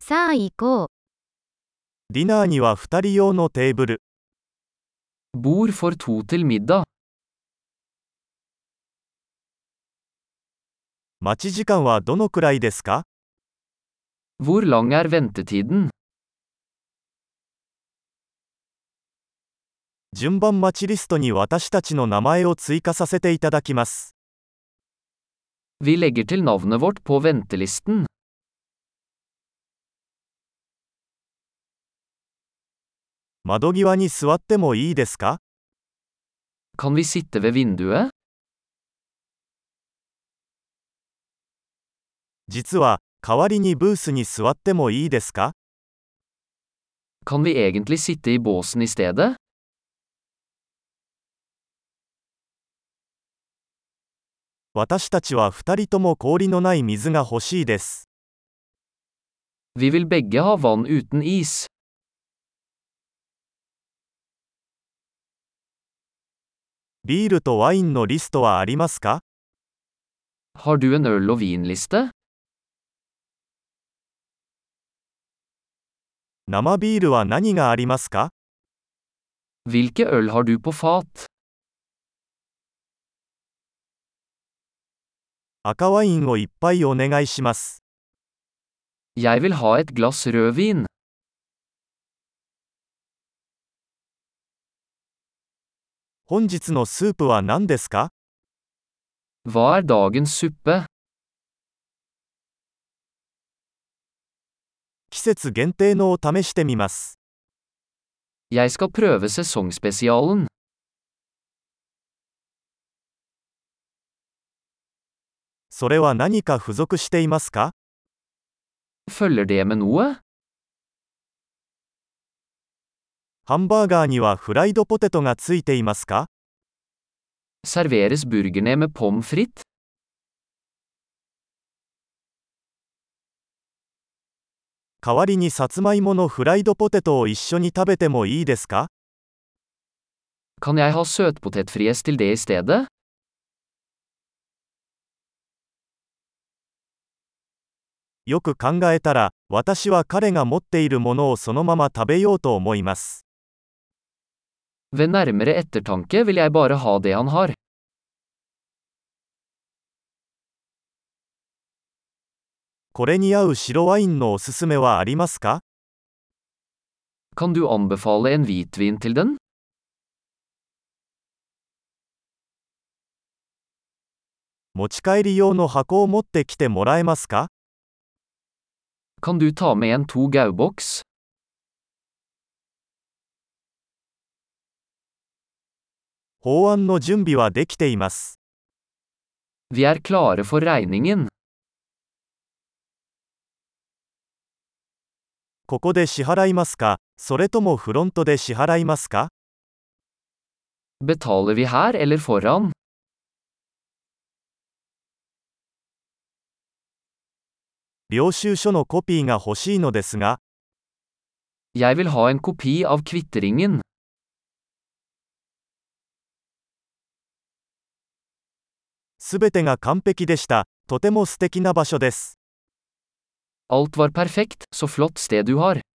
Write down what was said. さあ行こう。ディナーには2人用のテーブル Bord for to til middag. 待ち時間はどのくらいですか Hvor lang er ventetiden? 順番待ちリストに私たちの名前を追加させていただきます Vi legger til navnet vårt på ventelisten. 窓際に座ってもいいですか Kan vi sitte ved vinduet? 実は代わりにブースに座ってもいいですか Kan vi egentlig sitte i båsen i stedet? 私たちは2人とも氷のない水が欲しいです Vi vil begge ha vann uten is. ビールとワインのリストはありますか Har du en øl- og vinliste? 生ビールは何がありますか Hvilke øl har du på fat? 赤ワインをいっぱいお願いします Jeg vil ha et glass rødvin. 本日のスープは何ですか Hva er dagens suppe? 季節限定のを試してみます Jeg skal prøve sesongspesialen. それは何か付属していますか Følger det med noe? ハンバーガーにはフライドポテトがついていますか Serveres burgerne med pommes frites? 代わりにさつまいものフライドポテトを一緒に食べてもいいですか Kan jeg ha søtpotetfries til det i stedet? よく考えたら、私は彼が持っているものをそのまま食べようと思います。 Ved nærmere ettertanke vil jeg bare ha det han har. これに合う白ワインのおすすめはありますか Kan du anbefale en hvitvin til den? 持ち帰り用の箱を持ってきてもらえますか Kan du ta med en to gau-boks? 法案の準備はできています。 Vi er klare for regningen. ここで支払いますかそれともフロントで支払いますか Betaler vi her eller foran? 領収書のコピーが欲しいのですが、 Jeg vil ha en kopi av kvitteringen. すべてが完璧でした。とても素敵な場所です。 Alt var perfekt, så flott sted du har.